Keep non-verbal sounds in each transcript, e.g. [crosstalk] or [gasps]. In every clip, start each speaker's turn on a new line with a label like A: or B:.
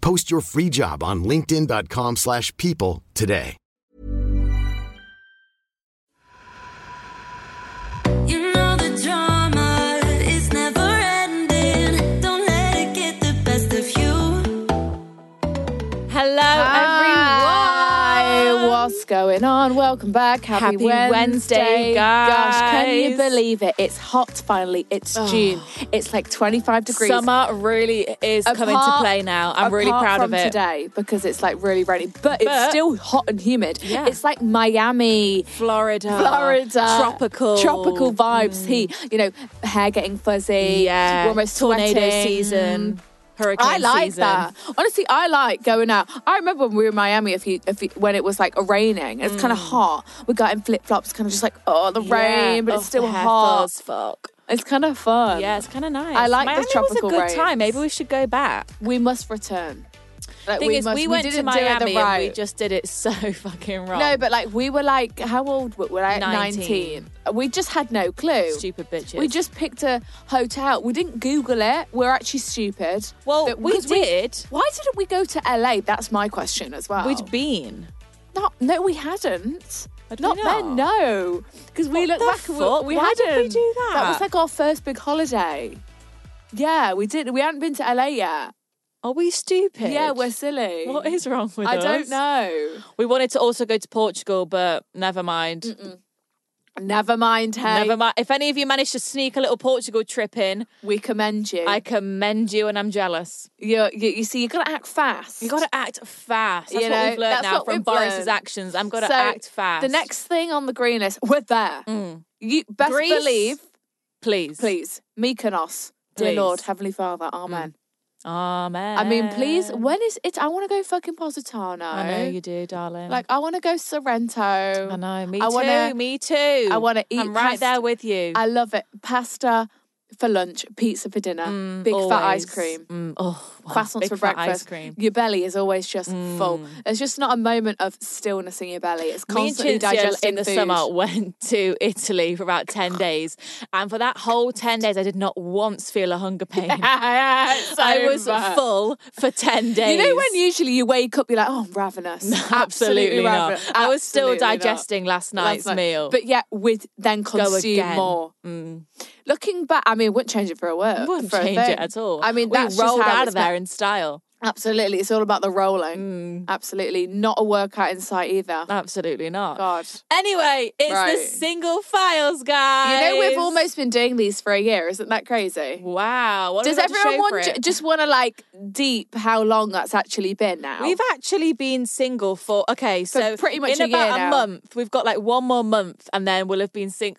A: Post your free job on linkedin.com/people slash people today.
B: You know the drama is never ending. Don't let it get the best of you.
C: Hello,
D: Hi,
C: everyone.
D: what's going on? Welcome back. Happy,
C: Happy Wednesday, guys.
D: Gosh, can you believe it? It's hot finally. It's June. It's like 25 degrees.
C: Summer really is coming to
D: Apart-
C: play now. I'm really
D: apart
C: proud
D: from
C: of it.
D: today because it's like really rainy, but,
C: But-
D: it's still hot and humid.
C: Yeah.
D: It's like Miami.
C: Florida,
D: Florida,
C: tropical, Mm.
D: tropical vibes. Heat, you know, hair getting fuzzy.
C: yeah,
D: we're almost
C: tornado
D: sweating.
C: season, hurricane
D: I like
C: season.
D: that. Honestly, I like going out. I remember when we were in Miami, if you, if you when it was like raining, it's kind of hot. We got in flip flops, kind of just like oh the
C: Mm. Yeah.
D: rain, but
C: Oh,
D: it's still
C: the hair
D: hot.
C: fuzz, fuck.
D: It's kind of fun.
C: Yeah, it's kind of nice.
D: I like the
C: Miami
D: tropical
C: was a good
D: rains.
C: time. Maybe we should go back.
D: we must return. Like,
C: Thing is,
D: must-
C: we went to
D: didn't do it the
C: Miami and we
D: right-
C: just did it so fucking wrong.
D: No, but like we were like, how old were I?
C: 19.
D: 19. We just had no clue.
C: stupid bitches.
D: We just picked a hotel. We didn't Google it. We're actually stupid.
C: Well,
D: But-
C: we
D: because
C: did.
D: why didn't we go to LA? That's my question as well.
C: we'd been.
D: not. No, we hadn't.
C: Had we
D: not then, no. Because we
C: What
D: looked
C: the
D: back and
C: fuck?
D: we, we
C: Why
D: hadn't.
C: did we do that?
D: That was like our first big holiday. Yeah, we did. We hadn't been to LA yet.
C: Are we stupid?
D: Yeah, we're silly.
C: What is wrong with
D: I
C: us?
D: don't know.
C: We wanted to also go to Portugal, but never mind.
D: Never mind. Hey,
C: Never mind. If any of you manage to sneak a little Portugal trip in,
D: we commend you.
C: I commend you, and I'm jealous.
D: you, you, you see, you gotta act fast.
C: You got to act fast. That's
D: You
C: what
D: know,
C: we've learned
D: that's
C: now
D: what
C: from
D: we've
C: Boris's
D: learned.
C: actions. I'm got to
D: So,
C: act fast. Mm.
D: The next thing on the green list, we're there. You best
C: Greece,
D: believe,
C: please,
D: please, Mykonos, dear
C: Please.
D: Lord, Heavenly Father, Amen.
C: Amen.
D: I mean, please, when is it? I want to go fucking Positano.
C: Mm. I know you do, darling.
D: Like, I want to go Sorrento.
C: I know. Me
D: I
C: too.
D: wanna-
C: me too. I
D: wanna eat
C: I'm right
D: past-
C: there with you.
D: I love it. Pasta for lunch, pizza for dinner, big fat ice cream.
C: Mm, oh, wow,
D: Croissants
C: big
D: for
C: fat
D: breakfast.
C: Ice cream. Mm.
D: Your belly is always just full. There's just not a moment of stillness in your belly. It's constantly
C: Me and Cinzia
D: digesting
C: in the
D: food.
C: summer [laughs] went to Italy for about 10 days. And for that whole 10 days, I did not once feel a
D: [laughs]
C: hunger pain. [laughs] I was
D: Over.
C: full for 10
D: You
C: days.
D: know when usually you wake up, you're like, oh, I'm [laughs]
C: [laughs]
D: ravenous.
C: Absolutely not.
D: ravenous.
C: I was still
D: Absolutely not.
C: digesting last night's
D: Last night.
C: meal.
D: But yeah, with then
C: Go
D: consume
C: again.
D: more.
C: Mm.
D: Looking back, I mean, it wouldn't change it for a word.
C: Wouldn't
D: uh, for a
C: change it
D: thing.
C: at all.
D: I mean,
C: we
D: that's just
C: rolled
D: how
C: out
D: it's
C: of there
D: meant-
C: in style.
D: Absolutely, it's all about the rolling. Absolutely, not a workout in sight either.
C: Absolutely not.
D: God.
C: Anyway, it's
D: Right.
C: the single files, guys.
D: You know, we've almost been doing these for a year. Isn't that crazy?
C: Wow. What have
D: Does
C: we got to show
D: everyone
C: for
D: want,
C: it?
D: just want to like deep how long that's actually been now?
C: We've actually been single for okay,
D: For
C: so
D: pretty much
C: in
D: a
C: about
D: year
C: a
D: now.
C: month. We've got like one more month, and then we'll have been single.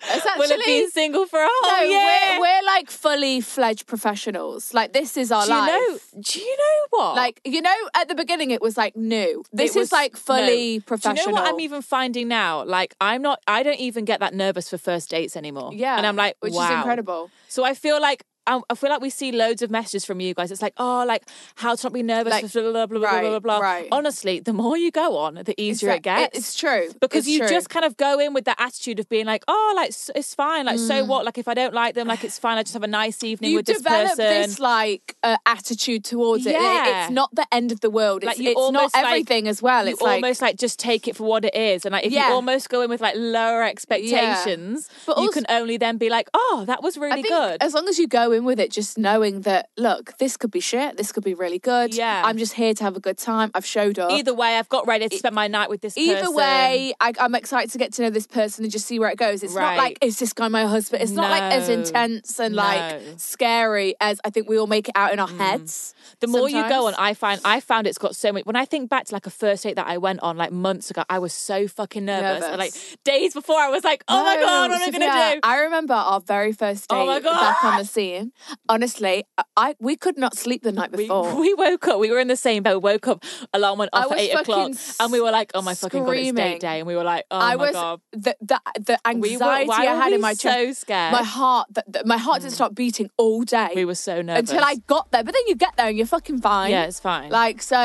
D: It's
C: [laughs] we'll have
D: actually-
C: been single for a whole
D: no,
C: year.
D: we're, we're like fully fledged professionals. Like this is our
C: do you
D: life.
C: know? Do you know what?
D: Like you know, at the beginning it was like new. This
C: It was-
D: is like fully
C: no.
D: professional.
C: Do you know what I'm even finding now? Like I'm not. I don't even get that nervous for first dates anymore.
D: Yeah,
C: and I'm like,
D: which
C: wow.
D: is incredible.
C: So I feel like. um, I I feel like we see loads of messages from you guys. It's like, oh, like how to not be nervous,
D: Like,
C: blah blah blah blah
D: right,
C: blah blah.
D: right.
C: Honestly, the more you go on, the easier it
D: It's like-
C: gets.
D: It's true
C: because
D: It's
C: you
D: true.
C: just kind of go in with that attitude of being like, oh, like s- it's fine, like so what? Like if I don't like them, like it's fine. I just have a nice evening
D: Mm. you
C: with this
D: develop
C: person.
D: this like uh, attitude towards it. Like,
C: Yeah.
D: It's not the end of the world. It's,
C: like you
D: it's
C: almost
D: not
C: like-
D: everything as well.
C: you
D: It's like
C: almost like just take it for what it is, and like if
D: Yeah.
C: you almost go in with like lower expectations,
D: But
C: you
D: also-
C: can only then be like, oh, that was really
D: I think
C: good.
D: as long as you go in in with it just knowing that, look, this could be shit. This could be really good.
C: Yeah.
D: I'm just here to have a good time. I've showed up.
C: Either way, I've got ready to spend my night with this
D: e Either
C: person.
D: way, I, I'm excited to get to know this person and just see where it goes. It's
C: Right.
D: not like, is this guy my husband? It's not like as
C: No.
D: intense and like
C: No. Mm.
D: scary as I think we all make it out in our heads.
C: The more you go on,
D: sometimes.
C: I find I found it's got so much. When I think back to like a first date that I went on like months ago, I was so fucking nervous. And, like
D: Nervous.
C: days before, I was like, "Oh my
D: No,
C: god, what am I
D: Sophia,
C: gonna do?"
D: I remember our very first date
C: Oh my God.
D: back on the scene. Honestly, I- I we could not sleep the night
C: we,
D: before.
C: [laughs] we woke up. We were in the same bed. We woke up. Alarm went
D: I
C: off at
D: was
C: eight o'clock,
D: fucking s-
C: and we were like, "Oh my fucking god, it's date
D: screaming.
C: day!" And we were like, "Oh
D: I
C: my
D: was
C: god."
D: the, the the
C: We
D: anxiety
C: were- why
D: I
C: were
D: had
C: we
D: in my chest.
C: so scared? Mm.
D: My heart, th- th- my heart didn't stop beating all day.
C: We were so nervous.
D: until I got there. But then you get there and you're fucking fine.
C: Yeah, it's fine.
D: Like so,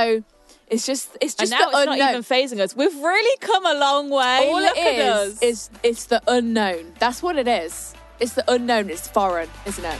D: it's just it's
C: and
D: just
C: now
D: the
C: it's
D: unknown.
C: not even phasing us. We've really come a long way.
D: all
C: Look
D: it
C: at
D: is
C: us.
D: is it's the unknown. That's what it is. It's the unknown. It's foreign, isn't it?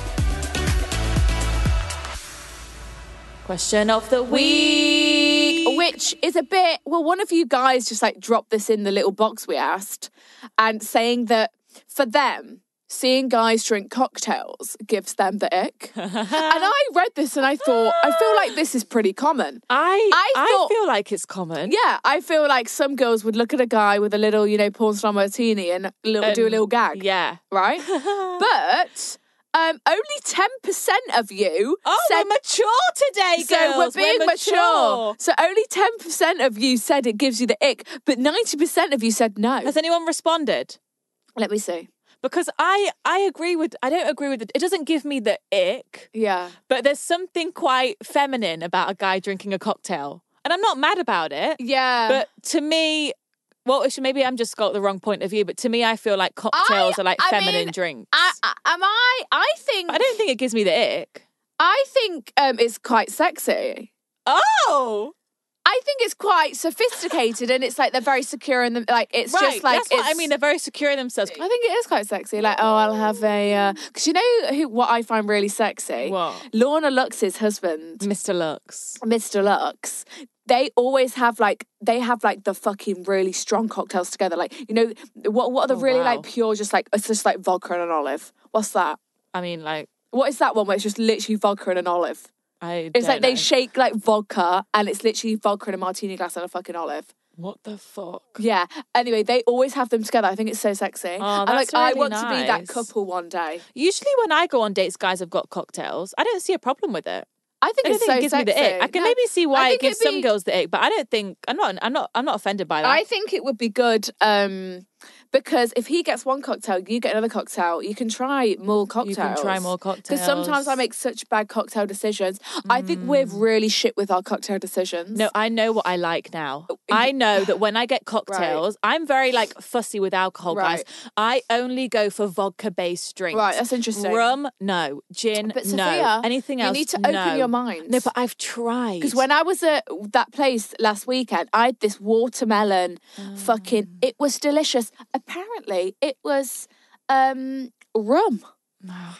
C: question of the week.
D: Which is a bit, well, one of you guys just like dropped this in the little box we asked and saying that for them, seeing guys drink cocktails gives them the
C: [laughs]
D: ick. and I read this and I thought, I feel like this is pretty common.
C: I I,
D: I thought-
C: feel like it's common.
D: Yeah, I feel like some girls would look at a guy with a little, you know, porn star martini and little, do a little gag.
C: Um, Yeah.
D: Right?
C: [laughs]
D: but um, only 10% of you
C: Oh,
D: said
C: we're mature today,
D: So we're
C: girls.
D: being mature. So only 10% of you said it gives you the ick, but 90% of you said no.
C: Has anyone responded?
D: Let me see.
C: Because I I agree with I don't agree with it. It doesn't give me the ick,
D: Yeah.
C: but there's something quite feminine about a guy drinking a cocktail, and I'm not mad about it.
D: Yeah.
C: But to me, well, actually, maybe I'm just got the wrong point of view. But to me, I feel like cocktails are like
D: I
C: feminine
D: mean,
C: drinks.
D: I, I, am I? I think.
C: But I don't think it gives me the ick.
D: I think um, it's quite sexy.
C: Oh,
D: I think it's quite sophisticated, and it's like they're very secure, and like it's
C: right.
D: just like
C: That's what I
D: it's-
C: mean. They're very secure in themselves.
D: I think it is quite sexy. Like, oh, I'll have a because you know who what I find really sexy.
C: What?
D: Lorna Lux's husband.
C: Mr. Lux.
D: Mr. Lux, they always have like they have like the fucking really strong cocktails together. Like you know what what are
C: Oh,
D: the really
C: wow.
D: like pure just like it's just like vodka and an olive. What's that?
C: I mean, like
D: What is that one where it's just literally vodka and an olive?
C: I.
D: It's
C: don't
D: like they
C: know.
D: shake like vodka and it's literally vodka and a martini glass and a fucking olive.
C: What the fuck?
D: Yeah. Anyway, they always have them together. I think it's so sexy. I'm
C: Oh, that's
D: like,
C: really
D: I want to be that
C: nice.
D: couple one day.
C: Usually, when I go on dates, guys have got cocktails. I don't see a problem with it.
D: I think
C: I don't
D: it's
C: think
D: so
C: it gives
D: sexy.
C: me the ick. I can
D: No,
C: maybe see why
D: I
C: it
D: think
C: gives
D: it'd
C: some
D: be-
C: girls the ick, but I don't think I'm not. I'm not. I'm not offended by that.
D: I think it would be good um, because if he gets one cocktail, you get another cocktail. You can try more
C: can
D: cocktails.
C: try more
D: Because sometimes I
C: cocktails. Mm.
D: make such bad cocktail decisions. I think we're really shit with our cocktail decisions.
C: No, I know what I like now.
D: Oh,
C: I know that when I
D: [sighs]
C: get cocktails, I'm very like fussy with alcohol,
D: Right.
C: guys. I only go for vodka-based drinks.
D: Right, that's interesting.
C: Rum, no. Gin,
D: But
C: no.
D: Sophia,
C: Anything
D: you
C: else?
D: need to open
C: no.
D: your mind.
C: No, but I've tried.
D: Because when I was at that place last weekend, I had this watermelon fucking.
C: Mm.
D: It was delicious. Apparently, it was um, rum.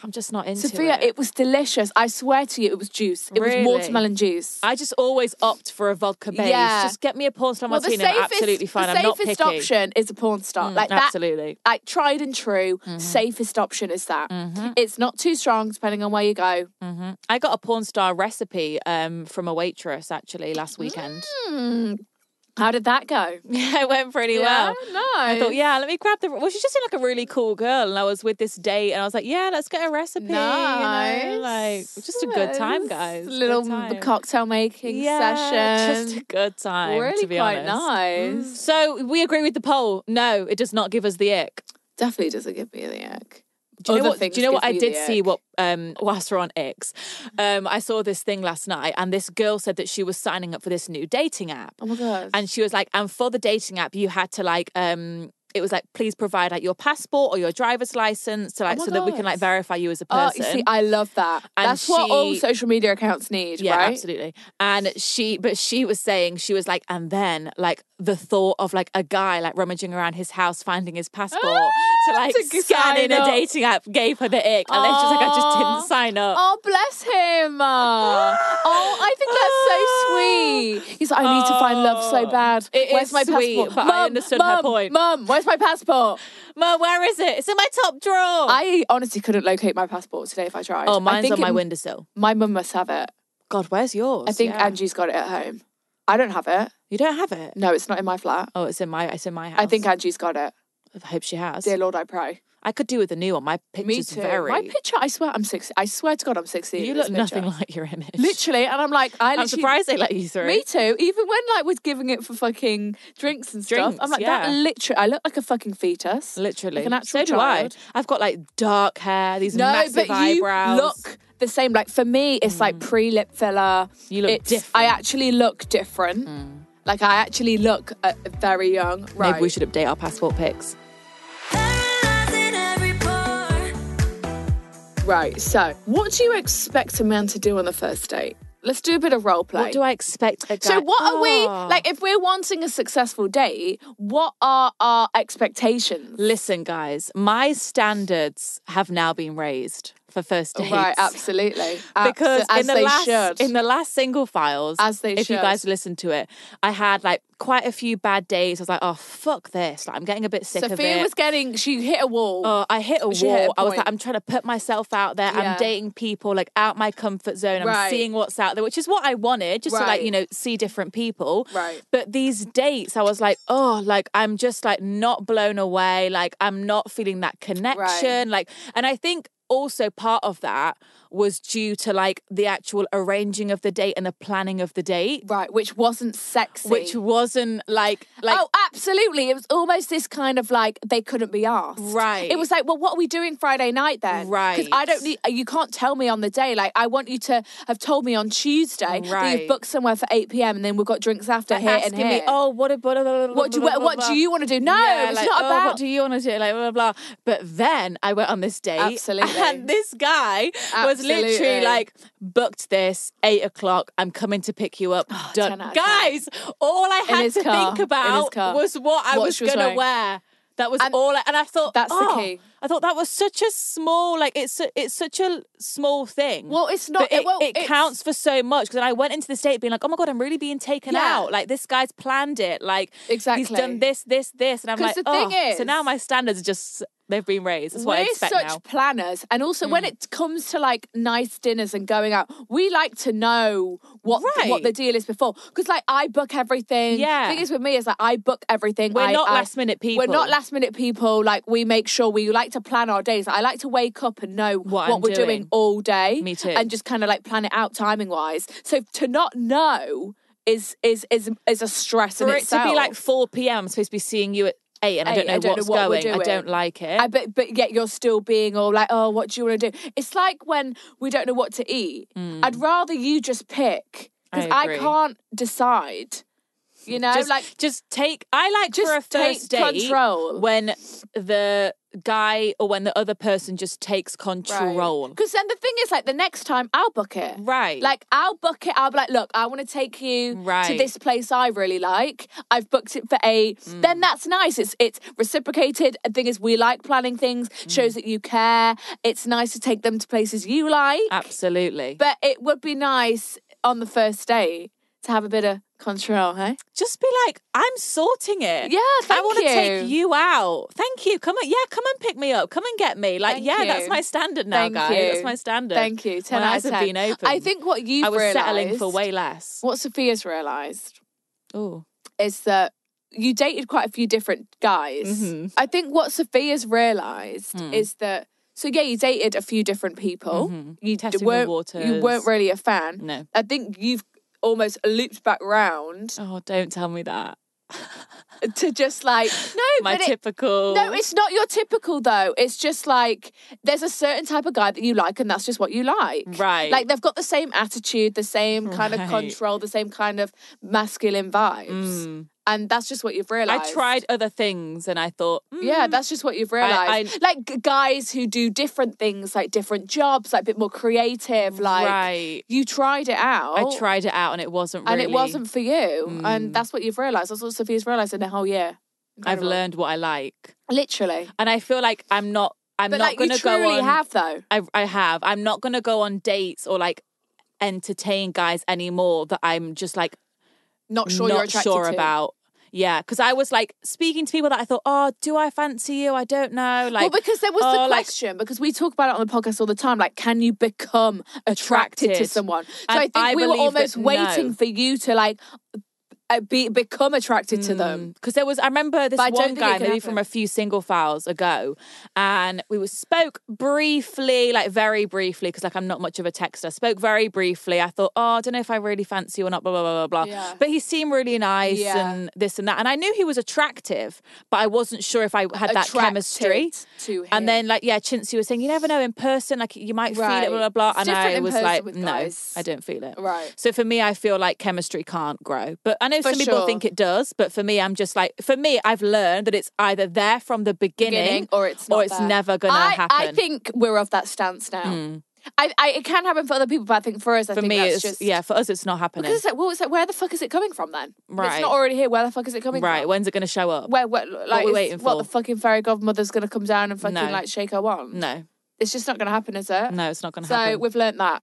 C: I'm just not into
D: Sophia,
C: it.
D: it was delicious. I swear to you, it was juice. It
C: Really?
D: was watermelon juice.
C: I just always opt for a vodka base.
D: Yeah.
C: Just get me a porn star
D: Well, the
C: martini.
D: safest,
C: I'm absolutely fine.
D: The
C: I'm not
D: safest
C: picky. Mm,
D: option is a porn star. like that,
C: absolutely.
D: Like tried and true,
C: Mm-hmm.
D: safest option is that. It's not too strong depending on where you go.
C: I got a porn star recipe um, from a waitress actually last weekend.
D: How did
C: [laughs]
D: that go?
C: it went pretty well. I thought, yeah, let me grab the. Well, she just seemed like a really cool girl, and I was with this date, and I was like, yeah, let's get a recipe. you know,
D: Nice.
C: like just a good time,
D: Yes.
C: guys. Good
D: Little
C: time.
D: cocktail making
C: yeah,
D: session.
C: just a good time.
D: really
C: to be
D: quite
C: honest.
D: nice.
C: So we agree with the poll. No, it does not give us the ick.
D: Definitely doesn't give me the ick.
C: Do you know
D: Other
C: what? Do
D: things
C: you know what
D: give
C: I
D: me
C: did
D: the
C: see?
D: ick.
C: What um, whilst we're on X, um, I saw this thing last night, and this girl said that she was signing up for this new dating app,
D: Oh my god.
C: and she was like, "And for the dating app, you had to like um, it was like, please provide like your passport or your driver's license to like
D: Oh my
C: so that we can like
D: God.
C: verify you as a
D: Oh,
C: person.
D: you see, I love that.
C: And
D: That's what all
C: she-
D: social media accounts need,
C: yeah,
D: right?
C: absolutely. And she, but she was saying she was like, and then like the thought of like a guy like rummaging around his house finding his
D: [gasps]
C: passport to like
D: to g-
C: scan in
D: sign
C: a
D: up.
C: dating app gave her the ick, and then she's like, I just
D: Aw.
C: didn't sign up.
D: Oh, bless him. Uh, oh, I think that's so sweet. He's like, I need to find love so bad.
C: Oh, It is
D: where's my
C: sweet,
D: passport?
C: but I understood her
D: mum,
C: point.
D: Mum, where's my passport?
C: Mum, where is it? It's in my top drawer. I,
D: I honestly couldn't locate my passport today if I tried.
C: oh,
D: I
C: mine's
D: think
C: on my
D: it-
C: windowsill.
D: My mum must have it.
C: God, where's yours?
D: I think
C: Yeah.
D: Angie's got it at home. I don't have it.
C: you don't have it.
D: No, it's not in my flat.
C: Oh, it's in my it's in my house.
D: I think Angie's got it.
C: I hope she has.
D: Dear Lord, I pray.
C: I could do with a new one. My picture's very.
D: My picture, I swear, I'm six. I swear to God, I'm 16.
C: you
D: in
C: look
D: this picture.
C: nothing [laughs] like your image.
D: Literally, and I'm like, I
C: I'm
D: literally,
C: surprised they let you through.
D: Me too. Even when like was giving it for fucking drinks and stuff,
C: Drinks,
D: I'm like that.
C: yeah.
D: Literally, I look like a fucking fetus.
C: Literally.
D: like an actual
C: so do
D: child.
C: I. I've got like dark hair, these
D: No,
C: massive
D: but
C: eyebrows. Mm.
D: you look the same. Like for me, it's like pre lip filler.
C: You look
D: it's,
C: different. Mm.
D: I actually look different. Like I actually look uh, very young. Right.
C: Maybe we should update our passport pics.
B: Paralyzing every pore.
D: Right. So, what do you expect a man to do on the first date? Let's do a bit of role play.
C: What do I expect? A guy?
D: So what are we
C: Oh.
D: like if we're wanting a successful date, what are our expectations?
C: Listen, guys, my standards have now been raised for first dates.
D: Right, absolutely.
C: Because
D: Abso- Uh, as
C: in the
D: they
C: last
D: should.
C: in the last single files,
D: As they
C: if you
D: should.
C: guys listen to it, I had like quite a few bad days. I was like, oh fuck this! Like I'm getting a bit sick of
D: Sophia
C: it.
D: was getting she hit a wall.
C: Oh, I hit a
D: She hit a
C: wall. I was
D: point.
C: like, I'm trying to put myself out there.
D: Yeah.
C: I'm dating people like out my comfort zone. I'm
D: Right.
C: seeing what's out there, which is what I wanted, just to like
D: Right.
C: you know see different people.
D: Right.
C: But these dates, I was like, oh, like I'm just like not blown away. Like I'm not feeling that connection. Like, and I think also part of that was due to like the actual arranging of the date and the planning of the date,
D: right, which wasn't sexy.
C: which wasn't like like
D: oh, absolutely. It was almost this kind of like they couldn't be asked.
C: Right.
D: It was like, well, what are we doing Friday night then?
C: Right.
D: Because I don't need, you can't tell me on the day. Like, I want you to have told me on Tuesday that
C: Right.
D: you've booked somewhere for 8 p.m. and then we've got drinks after here
C: asking
D: and here.
C: me, oh, what, a, blah, blah, blah, blah,
D: What do you-
C: blah, blah,
D: what
C: blah,
D: do
C: blah."
D: you wanna do? No, it's
C: like,
D: not
C: "Oh,
D: about-
C: what do you want to do, like blah blah blah. But then I went on this date,
D: Absolutely.
C: and this guy was literally
D: Absolutely.
C: like, booked this eight o'clock. I'm coming to pick you up. Done,
D: 10 Oh, out of 10.
C: guys. All I
D: In
C: had
D: his
C: to
D: car, in
C: think
D: his
C: about
D: car.
C: was what I
D: What
C: was
D: she was
C: gonna
D: wearing.
C: wear. That was
D: And
C: all, I, and I thought
D: that's the
C: "Oh."
D: key.
C: I thought that was such a small, like it's su- it's such a small thing.
D: Well, it's not-
C: But it,
D: well,
C: it
D: it's-
C: counts for so much. Because I went into the date being like, oh my god, I'm really being taken
D: Yeah.
C: out. Like this guy's planned it. Like He's
D: Exactly.
C: done this, this, this, and I'm
D: 'Cause
C: like,
D: the thing
C: oh. so
D: is-
C: now my standards are just they've been raised. That's what I
D: we're
C: expect
D: such
C: now. Mm.
D: planners, and also when it comes to like nice dinners and going out, we like to know what what
C: Right.
D: the deal is before. Because like I book everything.
C: Yeah.
D: thing is with me is like I book everything.
C: We're
D: I-
C: not
D: I-
C: last-minute
D: We're not
C: people.
D: last minute people. Like we make sure we like to plan our days. I like to wake up and know
C: What
D: what,
C: I'm
D: we're doing
C: doing.
D: all day.
C: Me too.
D: And just kind of like plan it out timing wise. So to not know. Is is is is a stress
C: For
D: in
C: it to be like 4
D: itself.
C: p.m., I'm supposed to be seeing you at eight, and I don't
D: Eight,
C: know
D: I don't know
C: what's
D: what we're
C: going. I
D: doing.
C: don't like it.
D: I bet, but yet you're still being all like, oh, what do you want to do? It's like when we don't know what to eat. I'd rather you just pick because
C: Mm. I
D: I,
C: agree.
D: can't decide. You know,
C: just,
D: like
C: just take. I like
D: Just
C: for a
D: take
C: first date
D: control.
C: when the guy or when the other person just takes control.
D: Because then the thing is, like the next time I'll book it.
C: Right.
D: Like I'll book it. I'll be like, look, I want to take you to
C: Right.
D: this place I really like. I've booked it for eight.
C: Mm.
D: Then that's nice. It's it's reciprocated. The thing is, we like planning things.
C: Mm.
D: Shows that you care. It's nice to take them to places you like.
C: Absolutely.
D: But it would be nice on the first date to have a bit of control, hey?
C: just be like, I'm sorting it.
D: Yeah,
C: I
D: thank
C: want to take
D: you.
C: you out. Thank you. Come on, yeah, come and pick me up. Come and get me. Like,
D: Thank
C: yeah, that's
D: you.
C: my standard now,
D: Thank
C: guys.
D: you.
C: That's my standard.
D: Thank you. 10
C: My
D: out
C: eyes
D: of
C: have
D: 10.
C: been open.
D: I think what you've
C: I was settling for
D: realised-
C: way less.
D: What Sophia's realised
C: Oh,
D: is that you dated quite a few different guys.
C: Mm-hmm.
D: I think what Sophia's realised
C: Hmm.
D: is that so yeah, you dated a few different people. You
C: Testing Mm-hmm. the
D: Mm. weren't you
C: waters.
D: weren't really a fan.
C: No.
D: I think you've almost looped back round
C: oh, don't tell me that.
D: [laughs] to just like no,
C: My
D: but it-
C: typical.
D: no, it's not your typical though. It's just like there's a certain type of guy that you like, and that's just what you like.
C: Right.
D: Like they've got the same attitude, the same kind of
C: Right.
D: control, the same kind of masculine vibes, and that's just what you've realized.
C: Mm. I tried other things and I thought, mm,
D: Yeah, that's just what you've realized.
C: I-
D: like g- guys who do different things, like different jobs, like a bit more creative. Like
C: Right.
D: you tried it out.
C: I tried it out and it wasn't
D: Oh. and
C: really. Mm.
D: it wasn't for you. And that's what you've realized. That's what Sophia's realized in the whole year.
C: I've
D: Incredible.
C: learned what I like.
D: literally.
C: And I feel like I'm not. I'm
D: but
C: not
D: like you
C: gonna
D: truly
C: go on.
D: have though.
C: I, I have. I'm not gonna go on dates or like entertain guys anymore that I'm just like
D: Not sure
C: not
D: you're attracted
C: sure
D: to.
C: about. Yeah, because I was like speaking to people that I thought, oh, do I fancy you? I don't know. Like,
D: well, because there was
C: oh,
D: the
C: like,
D: question, because we talk about it on the podcast all the time. Like, can you become attracted, to
C: Attracted.
D: someone? So
C: And
D: I think
C: I
D: we were
C: believe
D: almost
C: that no.
D: waiting for you to like uh, be become attracted to them.
C: Because Mm. there was, I remember this
D: But I don't
C: one
D: think it
C: guy,
D: can
C: maybe
D: happen.
C: from a few single files ago, and we were, spoke briefly, like very briefly, because like I'm not much of a texter. Spoke very briefly. I thought, oh, I don't know if I really fancy you or not. Blah blah blah blah blah.
D: Yeah.
C: But he seemed really nice
D: Yeah.
C: and this and that, and I knew he was attractive, but I wasn't sure if I had that chemistry.
D: Attracted to him.
C: And then, like, yeah, Chintzy was saying, you never know in person, like, you might feel
D: Right.
C: it, blah, blah, blah.
D: It's
C: and
D: different
C: I
D: in
C: was
D: person
C: like,
D: with
C: no,
D: guys.
C: I don't feel it.
D: Right.
C: So for me, I feel like chemistry can't grow. But I know
D: For
C: some people
D: sure.
C: think it does, but for me, I'm just like, for me, I've learned that it's either there from the beginning,
D: beginning, or it's not
C: or it's
D: there.
C: never going to
D: I,
C: happen. Mm.
D: I think we're of that stance now. I, I it can happen for other people, but I think for us, I
C: for
D: think
C: me,
D: that's
C: it's,
D: just
C: yeah, for us, it's not happening.
D: Because it's like, well, it's like, where the fuck is it coming from then? If It's
C: Right.
D: not already here. Where the fuck is it coming
C: right.
D: from?
C: When's it going to show up?
D: Where, where, like,
C: we
D: is-
C: waiting
D: What
C: for?
D: the fucking fairy godmother's going to come down and fucking
C: No.
D: like shake her wand?
C: no,
D: It's just not going to happen, is it?
C: no, it's not going to
D: So
C: happen.
D: we've learnt that.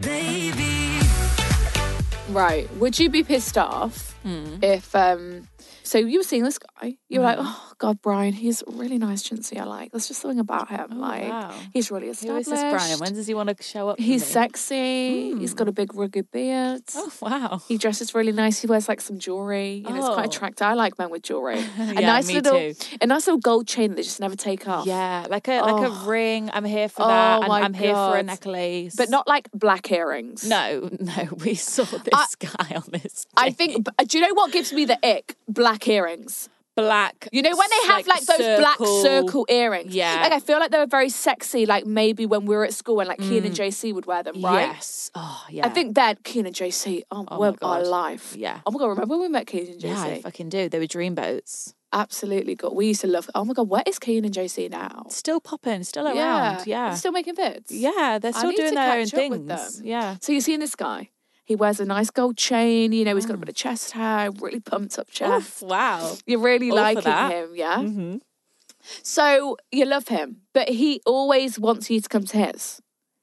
B: Baby.
D: Right. Would you be pissed off
C: Hmm.
D: if um so you were seeing this guy, you were like, Oh God, Brian, he's a really nice chintzy I like. There's just something about him. like
C: Oh, wow.
D: he's really
C: Who is
D: established.
C: this Brian? When does he want to show up? for
D: he's
C: me?
D: sexy, he's got a big rugged beard.
C: Oh [laughs] wow.
D: He dresses really nice. He wears like some jewelry. You know, it's quite
C: Oh.
D: attractive. I like men
C: [laughs]
D: with jewelry. A
C: Yeah,
D: nice
C: me
D: little,
C: too.
D: a nice little gold chain that they just never take off.
C: Yeah, like a like
D: Oh.
C: a ring. I'm here for
D: Oh
C: that. and
D: my
C: I'm here for a
D: God.
C: necklace,
D: but not like black earrings.
C: No, no, [laughs] we saw this guy on this.
D: I
C: date.
D: think. b- Do you know what gives me the ick? Black earrings.
C: black.
D: You know when they have like, those black circle earrings.
C: Yeah.
D: Like I feel like they were very sexy. Like maybe when we were at school and like Keen and JC would wear them, right?
C: Mm. Yes. Oh yeah.
D: I think then Keen and JC, oh,
C: Oh my
D: were our
C: God.
D: life.
C: Yeah.
D: Oh my god, remember when we met Keen and JC?
C: Yeah, I fucking do. They were dreamboats.
D: Absolutely got. We used to love. Oh my god, where is Keen and JC now?
C: Still popping. Still around. Yeah.
D: They're still making vids.
C: yeah. They're
D: I
C: still
D: need
C: doing
D: to
C: their own
D: catch up with
C: things.
D: them.
C: Yeah.
D: So you're seeing this guy. He wears a nice gold chain. You know, he's got
C: Mm.
D: a bit of chest hair, really pumped
C: Oh,
D: up
C: Oof,
D: chest.
C: wow.
D: You're really
C: All for
D: liking
C: that. Mm-hmm.
D: him, yeah? So you love him, but he always wants you to come to his.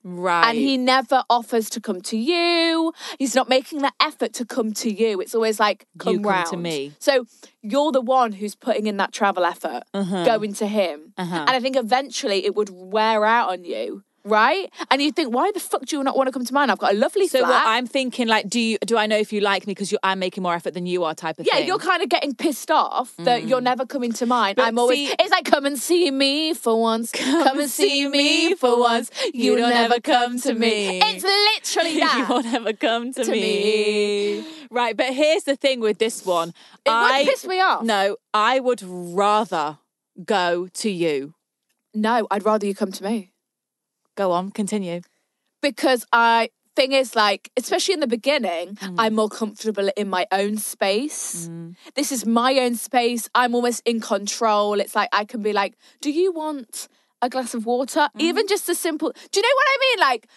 C: Right.
D: And he never offers to come to you. He's not making the effort to come to you. It's always like, come
C: come to
D: round.
C: me.
D: So you're the one who's putting in that travel effort,
C: Uh-huh.
D: going to him. And I think eventually it would wear out on you, right? And you think, why the fuck do you not want to come to mine? I've got a lovely
C: So
D: flat.
C: what I'm thinking, like, do you do I know if you like me because I'm making more effort than you are, type of
D: yeah,
C: thing. [laughs]
D: you're kind of getting pissed off that you're never coming to mine.
C: But
D: I'm always.
C: see-
D: it's like, come and Mm. see me for once. [laughs] Come, and see me for once. You don't ever come to me. It's [laughs] literally that.
C: you will never come to,
D: To
C: me. Right, but here's the thing with this one.
D: It would
C: I
D: piss me off.
C: No, I would rather go to you.
D: No, I'd rather you come to me.
C: Go on, continue.
D: because I thing is like especially in the beginning i'm more comfortable in my own space this is my own space i'm almost in control it's like i can be like do you want a glass of water even just a simple do you know what i mean like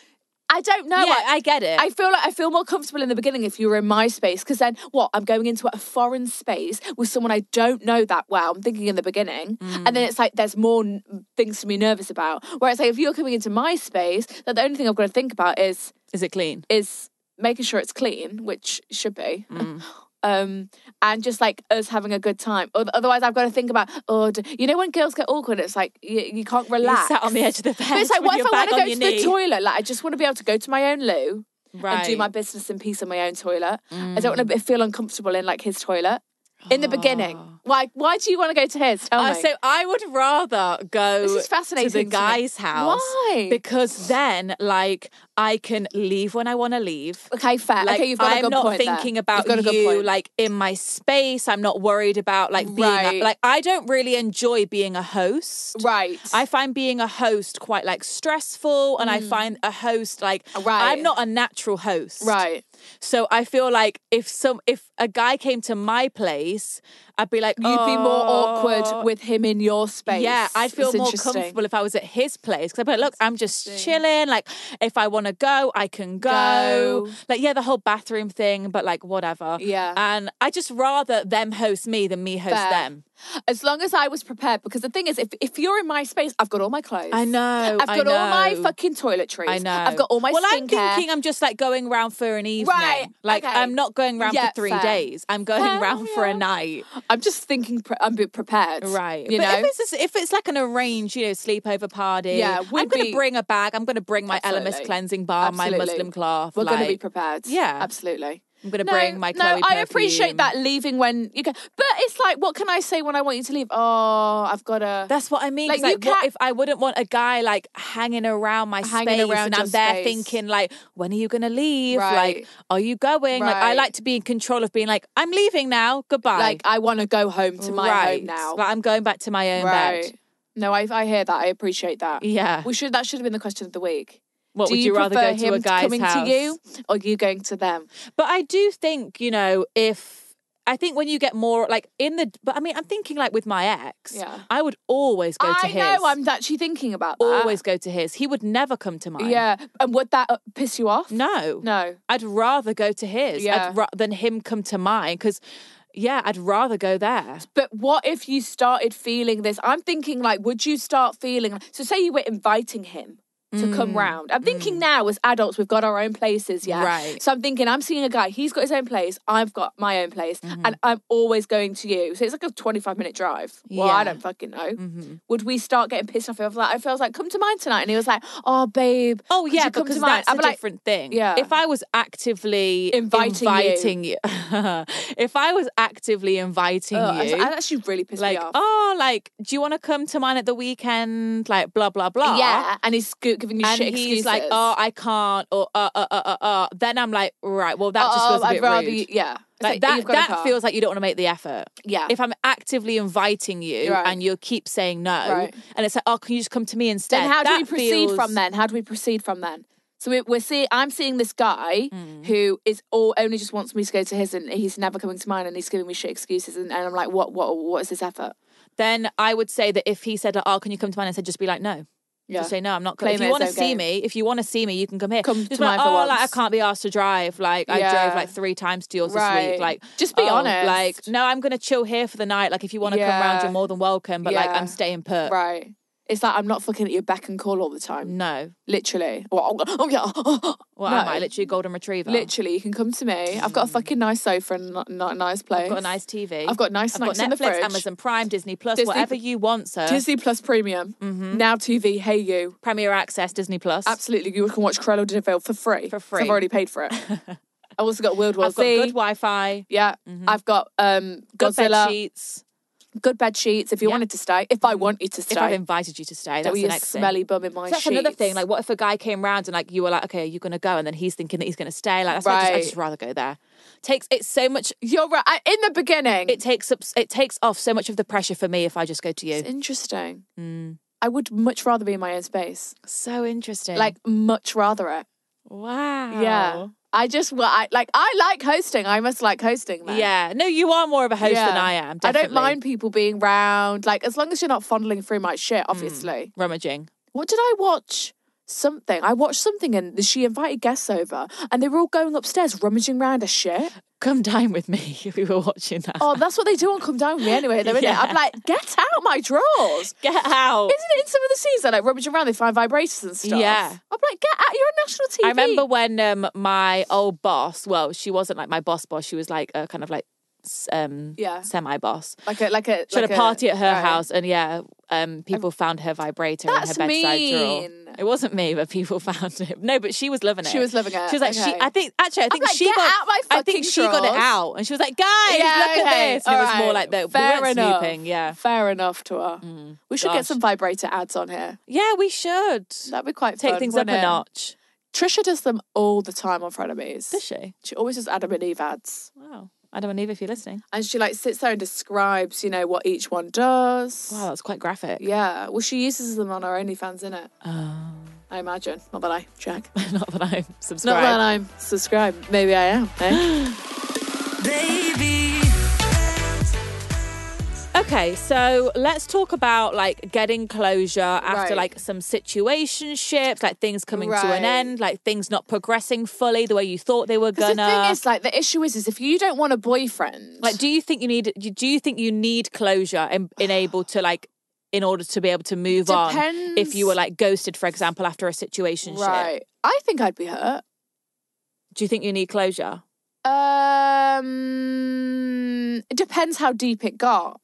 D: i don't know
C: Yeah,
D: I-
C: I get it.
D: I feel like I feel more comfortable in the beginning if you were in my space because then what? I'm going into a foreign space with someone I don't know that well. I'm thinking in the beginning, and
C: Mm.
D: then it's like there's more n- things to be nervous about. Whereas like if you're coming into my space, then the only thing I've got to think about is
C: Is it clean?
D: is making sure it's clean, which should be.
C: Mm.
D: [laughs] Um, and just like us having a good time. Oth- Otherwise, I've got to think about, oh, d you know, when girls get awkward, it's like you, you can't relax.
C: sat on the edge of the
D: But
C: bench
D: it's like,
C: with
D: what if
C: your
D: I
C: bag
D: want to
C: on
D: go
C: your
D: to
C: knee?
D: the toilet? Like, I just want to be able to go to my own loo and do
C: Right. Mm.
D: my business in peace on my own toilet. I don't want to feel uncomfortable in like his toilet in the beginning. Why? Why do you want to go to his? Tell
C: Ah. Uh,
D: me.
C: so I would rather go
D: This is fascinating
C: to the
D: to me.
C: guy's house.
D: Why?
C: Because then, like, I can leave when I want to leave.
D: okay, fair.
C: Like,
D: okay, you've got
C: I'm
D: a good
C: not
D: point. there.
C: thinking
D: You've
C: about
D: got a good
C: you,
D: point.
C: like in my space. I'm not worried about like being a-
D: Right.
C: like I don't really enjoy being a host.
D: right.
C: I find being a host quite like stressful, and I find a host like
D: Mm. Uh, Right.
C: I'm not a natural host.
D: right.
C: So I feel like if some if a guy came to my place, I'd be like,
D: You'd be more
C: "Oh,
D: awkward with him in your space.
C: yeah, I'd feel
D: It's
C: more
D: interesting.
C: comfortable if I was at his place. Because I'd be like, look, I'm just chilling. Like, if I want to go, I can go.
D: Go.
C: Like, yeah, the whole bathroom thing, but like, whatever.
D: Yeah.
C: And I just rather them host me than me host
D: Fair.
C: them.
D: As long as I was prepared, because the thing is, if, if you're in my space, I've got all my clothes.
C: I know,
D: I've
C: I
D: got all my
C: know.
D: fucking toiletries.
C: I know.
D: I've got all my
C: Well, I'm
D: skincare.
C: thinking I'm just like going round for an evening.
D: Right,
C: Like,
D: okay.
C: I'm not going round
D: Yeah,
C: for three
D: fair.
C: days. I'm going
D: Fair,
C: round for a
D: yeah.
C: night.
D: I'm just thinking. Pre- I'm a bit prepared.
C: Right.
D: You
C: but
D: know.
C: if it's just- if it's like an arranged, you know, sleepover party.
D: Yeah,
C: I'm
D: would
C: going to
D: be-
C: bring a bag. I'm going to bring my Elemis
D: Absolutely.
C: cleansing bar, my
D: Absolutely.
C: Muslim cloth.
D: We're going to be
C: like-
D: prepared.
C: Yeah.
D: Absolutely.
C: I'm gonna bring my
D: no,
C: Chloe
D: I appreciate
C: perfume.
D: that leaving when you go, but it's like, what can I say when I want you to leave? Oh, I've got to.
C: That's what I mean. 'cause,
D: Like,
C: Like,
D: you
C: what
D: can't-
C: if I wouldn't want a guy like hanging around my
D: Hanging
C: space
D: around
C: and
D: your
C: I'm there
D: space.
C: thinking like, when are you gonna leave? Like,
D: Right.
C: are you going? Like, I
D: Right.
C: like to be in control of being like, I'm leaving now. Goodbye.
D: like, I want to go home to my
C: right
D: home now.
C: Like, I'm going back to my own bed.
D: No, I, I hear that. I appreciate that.
C: Yeah.
D: We should. That should have been the question of the week.
C: What
D: Do
C: would you, rather
D: prefer
C: go to a
D: him
C: guy's
D: coming
C: house?
D: to you or you going to them?
C: But I do think you know if. I think when you get more like in the, but I mean, I'm thinking like with my ex,
D: Yeah.
C: I would always go to
D: I
C: his.
D: know. I'm actually thinking about that.
C: always go to his. He would never come to mine.
D: Yeah. And would that uh, piss you off?
C: No.
D: No.
C: I'd rather go to his
D: Yeah.
C: I'd ra- than him come to mine because, yeah, I'd rather go there.
D: But what if you started feeling this? I'm thinking, like, would you start feeling? So, say you were inviting him to come
C: Mm,
D: round. I'm thinking now, as adults, we've got our own places, yeah.
C: Right.
D: So I'm thinking, I'm seeing a guy. He's got his own place. I've got my own place,
C: Mm-hmm.
D: and I'm always going to you. So it's like a 25 minute drive. Well,
C: Yeah. Mm-hmm.
D: I don't fucking know. Would we start getting pissed off if like if I was like, come to mine tonight, and he was like, oh babe,
C: Oh
D: could
C: yeah,
D: you come
C: because
D: to mine?
C: that's
D: I'd
C: a
D: be like,
C: different thing.
D: Yeah.
C: If I was actively
D: Inviting you.
C: inviting you, [laughs] if I was actively inviting
D: "Ugh," I was
C: you,
D: like, that actually really pissed
C: like,
D: me off.
C: oh, like, do you want to come to mine at the weekend? Like, blah blah blah.
D: yeah, and he's go- giving you
C: oh, And
D: shit
C: he's
D: excuses.
C: like, oh, I can't, or uh, uh, uh, uh, uh. Then I'm like, right, well, that just
D: "Oh,
C: feels a
D: I'd
C: bit
D: rather
C: rude.
D: you- yeah. It's
C: Like
D: "You've
C: that,
D: got a
C: that
D: car."
C: feels like you don't want to make the effort.
D: Yeah.
C: If I'm actively inviting you
D: Right.
C: and you keep saying no,
D: Right.
C: and it's like, oh, can you just come to me instead?
D: then how do
C: That
D: we proceed
C: feels-
D: from then? How do we proceed from then? So we- we're seeing. I'm seeing this guy
C: Hmm.
D: who is all only just wants me to go to his, and he's never coming to mine, and he's giving me shit excuses, and, and I'm like, what, what, what is this effort?
C: Then I would say that if he said, like, oh, can you come to mine instead, just be like, no.
D: Yeah.
C: Just say no. I'm not.
D: Claim
C: coming. If
D: it
C: you
D: as
C: want to
D: no
C: see
D: game.
C: me, if you want to see me, you can come here.
D: Come
C: Just
D: to
C: be like,
D: mine for
C: oh, like I
D: once."
C: can't be asked to drive. Like I
D: Yeah.
C: drove like three times to yours this
D: Right.
C: week. Like
D: Just be
C: oh,
D: honest.
C: Like no, I'm gonna chill here for the night. Like if you want to come round,
D: Yeah.
C: you're more than welcome. But like
D: Yeah.
C: I'm staying put.
D: Right. It's like I'm not fucking at your beck and call all the time.
C: Uh, No.
D: Literally. Well, oh, oh, yeah. [laughs]
C: Well,
D: no.
C: am I literally a golden retriever?
D: Literally, you can come to me. I've got a fucking nice sofa and not, not a nice place.
C: I've got a nice TV.
D: I've got nice
C: I've got
D: snacks in the
C: Netflix,
D: fridge.
C: Amazon Prime, Disney Plus,
D: Disney-
C: whatever you want, sir.
D: Disney Plus Premium.
C: Mm-hmm.
D: Now TV. Hey you.
C: Premier Access, Disney Plus.
D: Absolutely, you can watch Cruella de Vil for free.
C: For
D: So I've
C: free.
D: already
C: [laughs]
D: paid for it. I've also got World War
C: I've got
D: Z.
C: good Wi-Fi,
D: yeah, I've got um,
C: good
D: Godzilla.
C: bed sheets.
D: Good bed sheets. If you
C: Yeah. Mm-hmm.
D: wanted to stay, if I want you to stay,
C: If I've invited you to stay,
D: don't
C: that's
D: be
C: the
D: a
C: next
D: smelly
C: thing.
D: bum in my
C: So that's
D: sheets.
C: another thing. Like, what if a guy came round and like you were like, okay, are you gonna go? And then he's thinking that he's gonna stay. Like, that's why I just- I
D: Right.
C: just rather go there. Takes it's so much.
D: you're right. I- in the beginning,
C: It takes up. It takes off so much of the pressure for me if I just go to you.
D: it's
C: Mm.
D: interesting. I would much rather be in my own space.
C: So interesting.
D: Like much rather it.
C: Wow.
D: Yeah. I just well, I like I like hosting. I must like hosting. Then.
C: Yeah. No, you are more of a host
D: Yeah.
C: than I am.
D: I don't
C: definitely.
D: mind people being round. Like as long as you're not fondling through my shit,
C: Mm.
D: obviously.
C: rummaging.
D: What did I watch? Something. I watched something and she invited guests over and they were all going upstairs rummaging round
C: [laughs]
D: her shit.
C: Come dine with me. [laughs] We were watching that.
D: Oh, that's what they do on Come Down With Me anyway, though, innit?
C: Yeah.
D: I'm like, get out my drawers.
C: Get out.
D: Isn't it in some of the scenes they're like rummaging around, they find vibrators and stuff?
C: Yeah.
D: I'm like, get out, you're on national TV.
C: I remember when um, my old boss, well, she wasn't like my boss boss, she was like a kind of like s- um,
D: Yeah.
C: semi boss.
D: like a like a
C: She had
D: like
C: a party at her
D: right.
C: house, and yeah, um, people found her vibrator in her
D: That's
C: bedside
D: mean.
C: drawer. It wasn't me, but people [laughs] found it. No, but she was loving it.
D: She was loving it,
C: She was like, she.
D: okay.
C: I think actually, I think
D: like,
C: she
D: "Get
C: got.
D: out my
C: I think
D: fucking
C: she got it
D: drawers."
C: out, and she was like, guys, look
D: okay,
C: at this. And it was
D: alright.
C: more like that. We
D: Fair
C: weren't
D: enough.
C: sleeping. Yeah, Mm.
D: Fair enough to her. we should
C: gosh.
D: get some vibrator ads on here.
C: yeah, we should
D: That'd be quite
C: take
D: fun,
C: things up
D: wouldn't
C: a
D: it?
C: notch.
D: Trisha does them all the time on Frenemies.
C: Does she?
D: She always does Adam and Eve ads.
C: Wow, I don't believe if you're listening.
D: And she like sits there and describes, you know, what each one does.
C: Wow, that's quite graphic.
D: Yeah. Well, she uses them on her OnlyFans, innit? Oh. I imagine. Not that I check.
C: [laughs] Not that I'm subscribed.
D: Not that I'm subscribed. Maybe I am. eh?
B: Baby,
C: Okay, so let's talk about like getting closure after
D: Right.
C: like some situationships, like things coming to
D: Right.
C: an end, like things not progressing fully the way you thought they were
D: 'Cause
C: gonna.
D: the thing is, like, the issue is, is if you don't want a boyfriend,
C: like, do you think you need? Do you think you need closure and in, able to like? In order to be able to move on, if you were
D: Depends.
C: like ghosted, for example, after a situation,
D: right? I think I'd be hurt.
C: do you think you need closure?
D: Um, it depends how deep it got,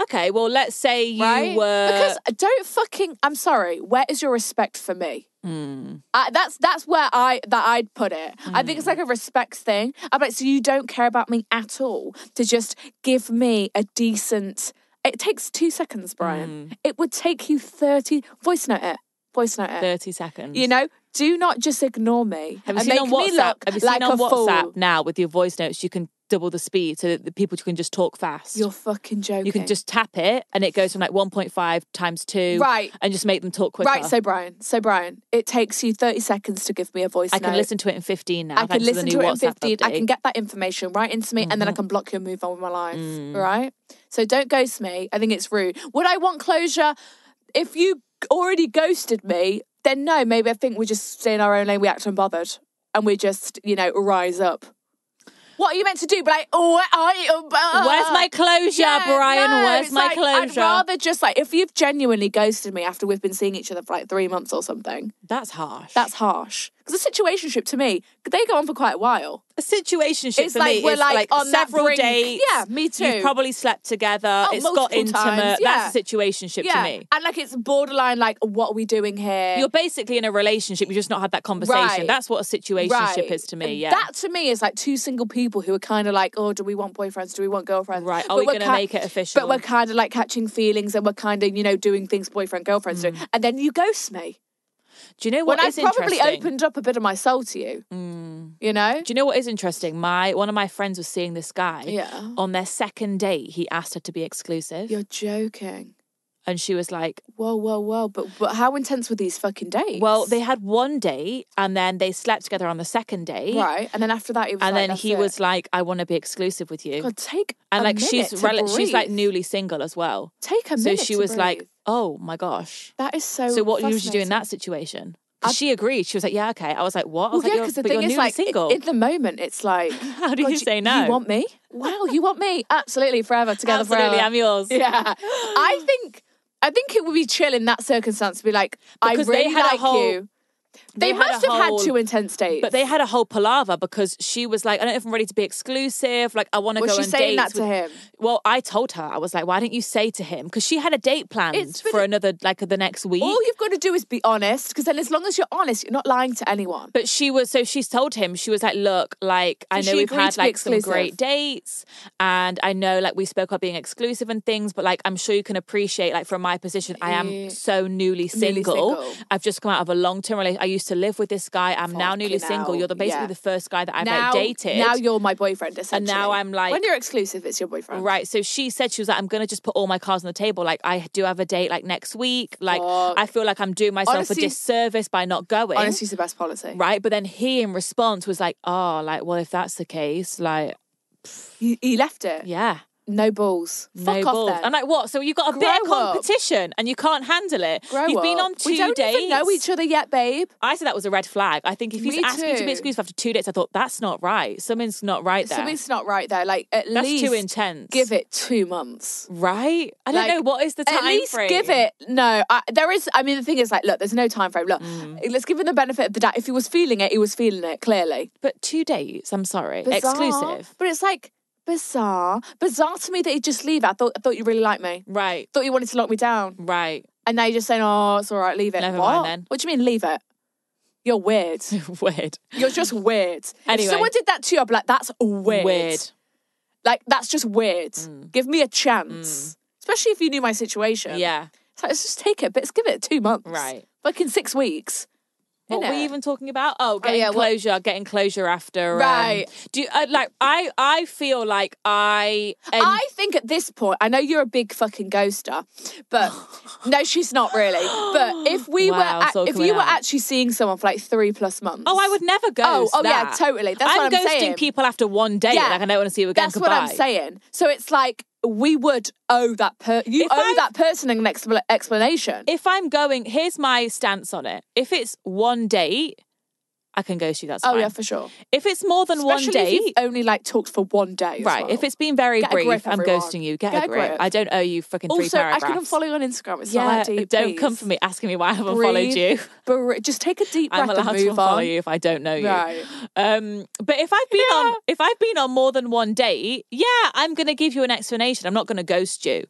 C: Okay, well, let's say you uh,
D: right?
C: were
D: Because don't fucking. I'm sorry. Where is your respect for me?
C: Hmm.
D: I, that's that's where I that I'd put it. I think it's like a respect thing. I'm like, so you don't care about me at all to just give me a decent. It takes two seconds, Brian.
C: Hmm.
D: It would take you thirty. Voice note it. Voice note it.
C: thirty seconds.
D: You know, do not just ignore me
C: Have you
D: and
C: seen
D: make
C: on
D: me
C: WhatsApp?
D: look
C: Have you seen
D: like
C: on
D: a
C: WhatsApp
D: fool.
C: now with your voice notes? You can double the speed so that the people can just talk fast.
D: You're fucking joking.
C: you can just tap it and it goes from like 1.5 times two,
D: Right.
C: And just make them talk quicker.
D: Right, so Brian, so Brian, it takes you 30 seconds to give me a voice
C: I can
D: note.
C: listen to it in 15 now.
D: I can
C: thanks the
D: listen
C: new
D: to it in
C: WhatsApp
D: 15. I can
C: update. Mm-hmm.
D: get that information right into me and then I can block you and move on with my life.
C: Mm.
D: Right? So don't ghost me. I think it's rude. Would I want closure? If you already ghosted me, then no, maybe I think we just stay in our own lane, we act unbothered and we just, you know, rise up. What are you meant to do? But like, oh, I,
C: Where's my closure, Brian?
D: no,
C: Where's
D: it's
C: my
D: like, I'd
C: closure?
D: rather just like if you've genuinely ghosted me after we've been seeing each other for like three months or something,
C: That's harsh.
D: that's harsh. Because a situationship to me, they go on for quite a while.
C: a situation
D: It's
C: for
D: like
C: me.
D: we're,
C: is
D: like,
C: like
D: on that
C: several
D: brink.
C: dates.
D: Yeah, me too.
C: You've probably slept together.
D: Oh,
C: It's got
D: multiple
C: intimate.
D: times, yeah.
C: That's a situationship
D: yeah,
C: to me.
D: and like it's borderline like what are we doing here?
C: You're basically in a relationship. You've just not had that conversation.
D: Right.
C: That's what a situationship
D: Right.
C: is to me.
D: And
C: yeah.
D: that to me is like two single people who are kind of like, oh, do we want boyfriends? Do we want girlfriends?
C: Right. Are we
D: we're
C: gonna make it
D: But
C: official?
D: we're kind of like catching feelings and we're kind of you know doing things boyfriend girlfriends do, and then you ghost me
C: Do you Hmm. know what
D: when
C: is
D: I've probably
C: interesting? Hmm.
D: opened up a bit of my soul to you. You know,
C: Do you know what is interesting? My one of my friends was seeing this guy.
D: Yeah.
C: On their second date, he asked her to be exclusive,
D: you're joking.
C: and she was like,
D: Whoa, whoa, whoa! But, but how intense were these fucking dates?
C: "Well, they had one date, and then they slept together on the second date,
D: right, and then after that, it was
C: And
D: like,
C: then
D: that's
C: he
D: it.
C: was like, "I want to be exclusive with you."
D: God, take
C: and
D: a
C: like she's
D: minute to
C: rel- she's like
D: breathe.
C: newly single as well.
D: Take a
C: so
D: minute
C: she
D: to
C: was like,
D: breathe.
C: "Oh my gosh."
D: that is so.
C: so what would you do in
D: fascinating.
C: that situation? 'Cause she agreed. She was like, "Yeah, okay." I was like, "What?" I
D: Well,
C: was like,
D: yeah,
C: "You're-
D: because the
C: but you're
D: thing is,
C: newly
D: like, i-
C: single.
D: in the moment, it's like,
C: [laughs] How do you say no?
D: You want me? Wow, you want
C: [laughs]
D: me? Absolutely, forever together,
C: Absolutely,
D: forever.
C: I'm yours.
D: [laughs] Yeah,
C: [gasps]
D: I think, I think it would be chill in that circumstance to be like,
C: Because
D: I
C: they
D: really
C: had a
D: like
C: whole-
D: you. They,
C: they had
D: must
C: a
D: have
C: whole-
D: had two intense dates,
C: But they had a whole palaver because she was like, I don't know if I'm ready to be exclusive. Like, I want to
D: Was
C: go
D: she
C: on
D: saying
C: dates
D: that to
C: with-
D: him?
C: Well, I told her, I was like, why didn't you say to him? Because she had a date planned
D: It's been
C: for
D: a-
C: another, like the next week.
D: All you've got to do is be honest, because then as long as you're honest, you're not lying to anyone.
C: But she was, so she's told him, she was like, look, like, I
D: So
C: know
D: she
C: we've
D: agreed
C: had
D: to be
C: like some great
D: exclusive?
C: dates. And I know like we spoke about being exclusive and things, but like, I'm sure you can appreciate, like, from my position, I am so newly single.
D: single.
C: I've just come out of a long term relationship. I used used to live with this guy. I'm now
D: Fucking
C: newly single.
D: hell,
C: You're the, basically
D: yeah.
C: the first guy that I've like,
D: now,
C: dated.
D: Now you're my boyfriend, essentially.
C: I'm like-
D: when you're exclusive, it's your boyfriend.
C: Right. So she said she was like, I'm gonna just put all my cards on the table. Like I do have a date like next week. Like
D: Fuck.
C: I feel like I'm doing myself a
D: Honestly-
C: disservice by not going.
D: Honestly, it's the best policy.
C: Right. But then he in response was like, Oh, like, well, if that's the case, like
D: He, he left it.
C: yeah.
D: No balls.
C: No
D: Fuck off
C: balls.
D: then.
C: I'm like, what? So you've got a
D: Grow
C: bit of
D: up.
C: competition and you can't handle it.
D: Grow
C: you've been
D: up.
C: on two
D: We don't
C: dates.
D: even know each other yet, babe.
C: I said that was a red flag. I think if he's
D: Me
C: asking you to be
D: too.
C: exclusive after two dates, I thought that's not right. Something's not right there.
D: Something's not right there. Like at
C: that's
D: least
C: too intense.
D: give it two months.
C: right. I don't
D: Like,
C: know what is the time
D: At least
C: frame.
D: give it no. I, there is. I mean, the thing is, like, look, there's no time frame. Look,
C: Mm.
D: eh, let's give him the benefit of the doubt. If he was feeling it, he was feeling it clearly.
C: But two dates. I'm sorry.
D: Bizarre.
C: Exclusive.
D: but it's like bizarre, bizarre to me that he'd just leave. it. I thought, I thought you really liked me.
C: Right.
D: Thought you wanted to lock me down,
C: Right. [laughs]
D: and now you're just saying, "Oh, it's all right, leave it."
C: Never
D: what?
C: mind then.
D: What do you mean, leave it? You're weird.
C: [laughs] Weird.
D: You're just weird.
C: Anyway.
D: If someone did that to you, I'd be like, "That's weird."
C: Weird. Mm.
D: Like that's just weird. Give me a chance, especially if you knew my situation.
C: Yeah.
D: It's like, let's just take it, but let's give it two months.
C: Right.
D: Fucking six weeks.
C: What were
D: Innit?
C: we even talking about? Oh, getting
D: yeah, what-
C: closure, getting closure after. um,
D: Right.
C: do you, uh, like I? I feel like I. and-
D: I think at this point, I know you're a big fucking ghoster,
C: [laughs]
D: but no, she's not really. But if we
C: Wow,
D: were,
C: it's all
D: if
C: coming
D: you were
C: out.
D: actually seeing someone for like three plus months,
C: Oh, I would never go.
D: oh, yeah, totally. That's
C: I'm
D: what I'm
C: ghosting
D: saying.
C: people after one date.
D: Yeah.
C: Like I don't want to see you again.
D: That's what I'm
C: Goodbye.
D: saying. So it's like we would owe that per you
C: If
D: owe
C: I-
D: that person an expl- explanation.
C: If I'm going, here's my stance on it. If it's one date, I can ghost you. That's
D: oh
C: fine.
D: yeah, for sure.
C: If it's more than
D: Especially
C: one
D: if you've
C: date,
D: only like talked for one day. as
C: right?
D: well.
C: If it's been very
D: Get a
C: brief,
D: grip,
C: I'm
D: everyone.
C: ghosting you. Get,
D: Get
C: a
D: a
C: grip.
D: grip.
C: I don't owe you fucking three
D: also, I
C: paragraphs.
D: couldn't follow you on Instagram. It's
C: Yeah,
D: not that deep.
C: don't
D: please.
C: come for me asking me why I haven't followed
D: Breathe,
C: you.
D: breathe. Just take a deep breath
C: I'm allowed
D: and
C: to
D: move
C: follow
D: on.
C: you if I don't know you.
D: Right.
C: Um, but if I've been on if I've been on more than one date, yeah, I'm gonna give you an explanation. I'm not gonna ghost you.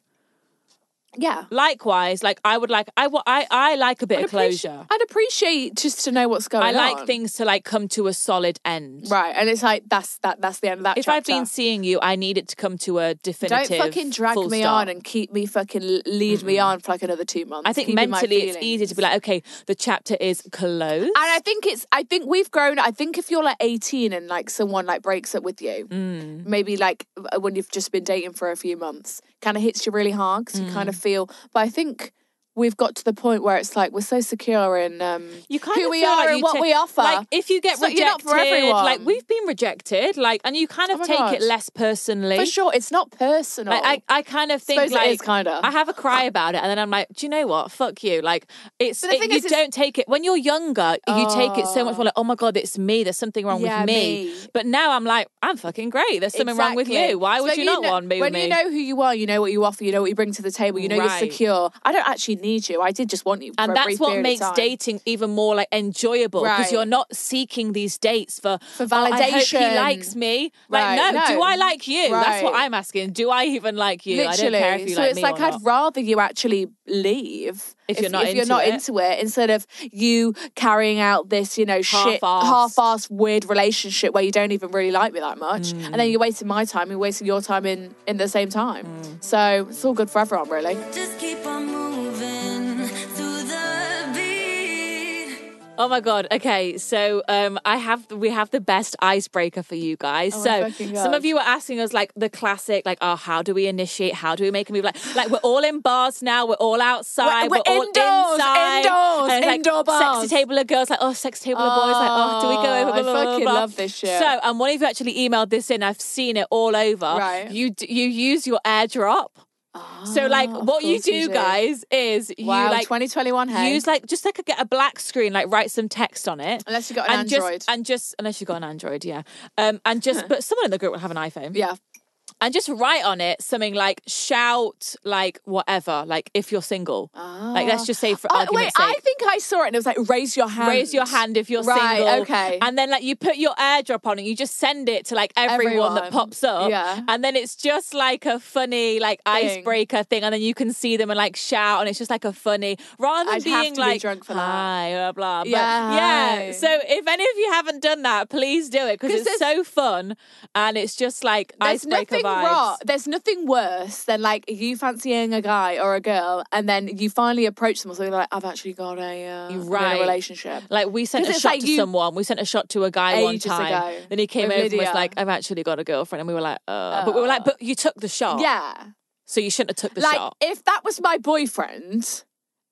D: Yeah.
C: Likewise, like I would like I wa- I, I like a bit of
D: appreci-
C: closure.
D: I'd appreciate just to know what's going
C: I
D: on.
C: like things to like come to a solid end.
D: Right, and it's like that's that that's the end of that.
C: If I've been
D: chapter.
C: seeing you, I need it to come to a
D: don't
C: definitive.
D: fucking drag
C: full
D: me
C: stop.
D: on and keep me fucking lead me on for like another two months.
C: I think
D: Keep in my
C: mentally it's
D: feelings.
C: easy to be like, okay, the chapter is closed.
D: And I think it's. I think we've grown. I think if you're like 18 and like someone like breaks up with you,
C: Mm.
D: maybe like uh, when you've just been dating for a few months, kind of hits you really hard because you kind
C: Mm.
D: of feel. But I think we've got to the point where it's like we're so secure in um,
C: you kind
D: who
C: of
D: we
C: feel
D: are
C: like
D: and
C: you
D: what
C: ta-
D: we offer.
C: Like if you get
D: It's not-
C: rejected,
D: you're not for everyone.
C: like we've been rejected, like and you kind
D: Oh
C: of
D: my
C: take
D: God.
C: it less personally.
D: for sure, it's not personal.
C: Like, I, I kind of think
D: Suppose it
C: like
D: is, kinda.
C: I have a cry about it, and then I'm like, do you know what? Fuck you. Like it's
D: But the
C: it-
D: thing
C: you
D: is, it's- Ah.
C: don't take it when you're younger. You take it so much more like, oh my god, it's me. There's something wrong
D: Yeah,
C: with me.
D: me.
C: But now I'm like, I'm fucking great. There's something wrong with
D: Exactly.
C: you. Why
D: So
C: would you not
D: know-
C: want me
D: When
C: with
D: you
C: me?
D: know who you are, you know what you offer, you know what you bring to the table, you know
C: Right.
D: you're secure. I don't actually need you. I did just want you. for
C: and
D: a
C: that's
D: brief
C: what
D: period of
C: makes
D: time.
C: dating even more like enjoyable because
D: Right.
C: you're not seeking these dates for
D: For
C: "Oh, I hope
D: validation."
C: he likes me.
D: Right.
C: Like, no,
D: No.
C: do I like you? That's what
D: Right.
C: I'm asking. Do I even like you? I
D: Literally.
C: don't care if you
D: so
C: like
D: it's
C: me
D: like
C: or
D: I'd
C: not.
D: rather you actually leave
C: If you're not
D: if you're
C: into
D: not
C: it.
D: into it instead of you carrying out this you know shit
C: Half-assed.
D: half-assed weird relationship where you don't even really like me that much and
C: Mm.
D: then you're wasting my time you're wasting your time in in the same time
C: Mm.
D: so it's all good for everyone really
B: Just keep on moving to the beat.
C: Oh my god. Okay, so um, I have we have the best icebreaker for you guys.
D: my
C: so
D: Oh, fucking
C: some
D: God.
C: of you were asking us like the classic, like, oh, how do we initiate? How do we make a move? Like, like we're all in bars now. We're all outside.
D: We're-
C: We're,
D: we're
C: all
D: indoors,
C: inside.
D: indoors,
C: And it's like,
D: indoor bars.
C: Sexy table of girls. Like, oh, sexy table of boys. Like, oh, do we go over?
D: Oh,
C: Blah,
D: I
C: blah, blah,
D: fucking
C: blah.
D: love this shit.
C: So, and one of you actually emailed this in. I've seen it all over.
D: Right.
C: You d- you use your airdrop. So like
D: Ah, of
C: what you
D: course
C: do,
D: you do.
C: guys is
D: wow
C: you like
D: 2021 hey
C: Use like just like a, get a black screen, like write some text on it.
D: Unless you got an
C: and
D: Android.
C: just, and just unless you got an Android, yeah. Um, and just but someone in the group will have an iPhone,
D: yeah
C: and just write on it something like shout, like whatever, like if you're single, like let's just say for
D: Oh, wait,
C: argument's
D: I
C: sake.
D: think I saw it and it was like, raise your hand.
C: Raise your hand if you're
D: Right,
C: single.
D: okay.
C: And then like you put your airdrop on and you just send it to like everyone, that
D: Everyone.
C: pops up.
D: Yeah.
C: And then it's just like a funny like
D: Thing.
C: icebreaker thing. And then you can see them and like shout and it's just like a funny rather than
D: I'd
C: being
D: have to be
C: like
D: drunk for that.
C: hi blah blah. But,
D: Yeah,
C: yeah.
D: hi.
C: So if any of you haven't done that, please do it because
D: 'Cause
C: it's so fun and it's just like
D: There's
C: icebreaker
D: nothing
C: vibes.
D: wrong. There's nothing worse than like you fancying a guy or a girl, and then you finally approach them or something like, "I've actually got a, uh, I'm in a
C: Right.
D: relationship."
C: Like we sent
D: 'Cause
C: a
D: it's
C: shot
D: like
C: to
D: you-
C: someone. We sent a shot to a guy one
D: Ages
C: time.
D: ago
C: Then he came
D: with
C: over and
D: Lydia.
C: was like, "I've actually got a girlfriend," and we were like, "Uh," but we were like, "But you took the shot,
D: yeah,
C: So you shouldn't have took the
D: like
C: shot.
D: if that was my boyfriend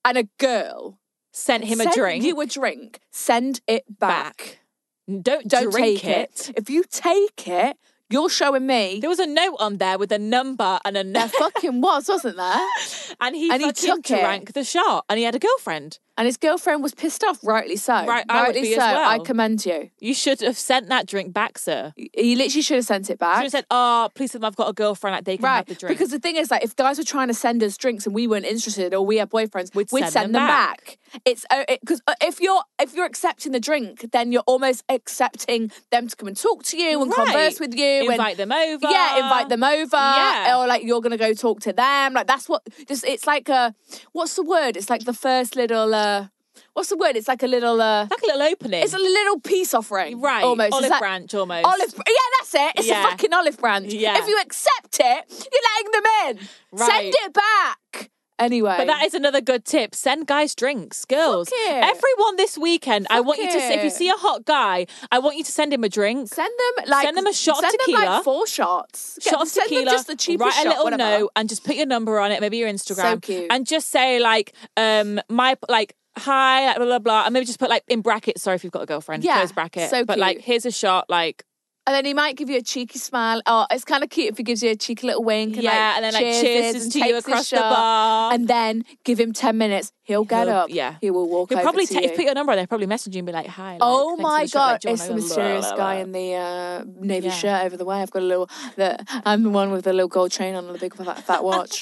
D: and a girl,
C: Sent him a
D: send
C: drink.
D: You a drink. Send it back.
C: Don't
D: Don't
C: drink
D: take it. If you take it, you're showing me.
C: There was a note on there with a number and a
D: there
C: number,
D: fucking was, wasn't there?
C: [laughs] and he
D: and he
C: fucking
D: took it.
C: drank the shot, and he had a girlfriend.
D: And his girlfriend was pissed off, rightly so.
C: Right, I would
D: rightly
C: be as
D: so. I
C: well.
D: commend you.
C: You should have sent that drink back, sir. You
D: He literally should have sent it
C: should
D: back.
C: have said, "Oh, please, tell them I've got a girlfriend. Like they can have
D: Right,
C: the drink."
D: because the thing is, like, if guys were trying to send us drinks and we weren't interested, or we had boyfriends,
C: We'd
D: we'd,
C: send
D: send,
C: them
D: them
C: back.
D: back. It's because uh, if you're if you're accepting the drink, then you're almost accepting them to come and talk to you and
C: Right.
D: converse with you, and-
C: Invite them over.
D: Yeah, invite them over.
C: Yeah.
D: or like you're gonna go talk to them. Like that's what just it's like a what's the word? It's like the first little uh, what's the word? It's like a little uh,
C: like a little opening.
D: It's a little peace offering,
C: Right,
D: Almost
C: olive
D: It's like-
C: branch almost.
D: Olive, yeah, that's it. It's
C: Yeah.
D: a fucking olive branch.
C: Yeah.
D: If you accept it, you're letting them in.
C: Right.
D: Send it back. Anyway,
C: But that is another good tip. Send guys drinks, girls.
D: Fuck it.
C: Everyone this weekend, I
D: Fuck
C: want you to. If you
D: it.
C: see a hot guy, I want you to send him a drink.
D: send them like
C: Send them a shot of
D: send Them,
C: tequila.
D: like, four shots. Get-
C: Shot of
D: send
C: tequila.
D: Them just the cheapest
C: write a
D: shot,
C: little
D: whatever.
C: note and just put your number on it, maybe your Instagram,
D: So cute.
C: and just say like, um, my like, hi, like, blah blah blah, and maybe just put like in brackets. Sorry if you've got a girlfriend.
D: Yeah,
C: close bracket.
D: so
C: But like,
D: cute.
C: here's a shot. Like,
D: And then he might give you a cheeky smile. Oh, it's kind of cute if he gives you a cheeky little wink. And,
C: Yeah,
D: like,
C: and then, like,
D: cheerses
C: cheers
D: and
C: to you
D: takes his
C: across the
D: shot.
C: bar.
D: And then give him ten minutes. He'll get
C: he'll-
D: up.
C: Yeah,
D: he will walk.
C: He'll
D: over
C: probably
D: to
C: text-
D: you.
C: put your number. on there, probably message you and be like, hi. like,
D: Oh
C: thanks for
D: my
C: the shot,
D: god,
C: like, do you
D: it's the
C: wanna go, blah, blah,
D: mysterious
C: blah,
D: guy
C: blah.
D: in the uh, navy
C: Yeah.
D: shirt over the way. I've got a little. The, I'm the one with the little gold chain on and the big fat, fat [laughs] watch.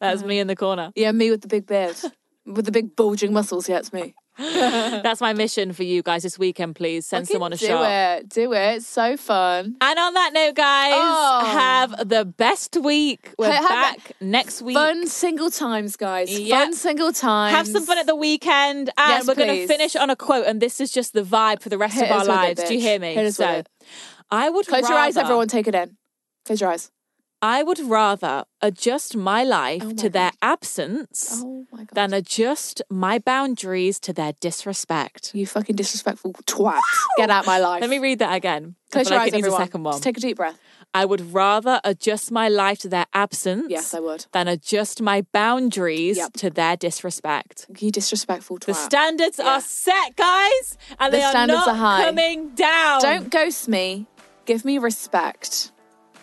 C: That's me in the
D: [laughs]
C: corner.
D: yeah, me with the big beard, with the big bulging muscles. Yeah, it's me.
C: That's my mission for you guys this weekend, please. Send
D: Fucking
C: someone a
D: do
C: shot.
D: it, do it. It's so fun.
C: And on that note, guys,
D: Oh.
C: have the best week. We're
D: Have a-
C: back next week.
D: Fun single times, guys.
C: Yeah.
D: Fun single times.
C: Have some fun at the weekend. And
D: Yes,
C: we're going to
D: please.
C: finish on a quote. And this is just the vibe for the rest
D: Hit
C: of our
D: us with it,
C: lives. Do you
D: bitch.
C: hear me?
D: Hit us with
C: so
D: it.
C: I would
D: Close your eyes,
C: rather-
D: everyone. Take it in. Close your eyes.
C: I would rather adjust my life
D: Oh my
C: to their absence
D: Oh my god.
C: than adjust my boundaries to their disrespect.
D: you fucking disrespectful twat. Get out my life.
C: Let me read that again. I
D: Close
C: feel
D: your
C: like
D: eyes,
C: it needs
D: everyone.
C: a second one.
D: Just take a deep breath.
C: I would rather adjust my life to their absence
D: Yes, I would.
C: than adjust my boundaries
D: Yep.
C: to their disrespect.
D: You disrespectful twat.
C: The standards
D: Yeah.
C: are set, guys, and
D: The
C: they are
D: standards
C: not
D: are high.
C: coming down.
D: Don't ghost me. Give me respect.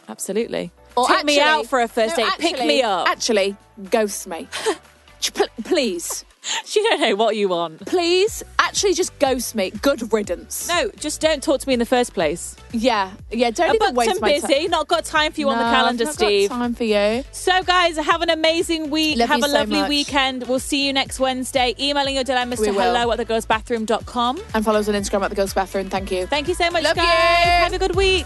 C: Absolutely.
D: Or
C: Take me
D: actually-
C: out for a first
D: no,
C: date. Pick
D: actually-
C: me up.
D: Actually, ghost me. [laughs] Ch- pl- please,
C: [laughs] She don't know what you want.
D: please, actually, just ghost me. Good riddance.
C: No, just don't talk to me in the first place.
D: Yeah, yeah. Don't
C: I'm
D: even
C: booked
D: waste
C: and
D: my ti-
C: busy. Not got time for you on the
D: No, I've
C: calendar,
D: not got
C: Steve.
D: time for you.
C: So, guys, have an amazing week.
D: Love
C: have
D: you
C: a
D: so
C: lovely
D: much.
C: weekend. We'll see you next Wednesday. Emailing your dilemmas
D: We
C: to
D: will.
C: hello at thegirlsbathroom.com.
D: And follow us on Instagram at the Girls Bathroom. Thank you.
C: Thank you so much,
D: Love
C: guys.
D: you.
C: Have a good week.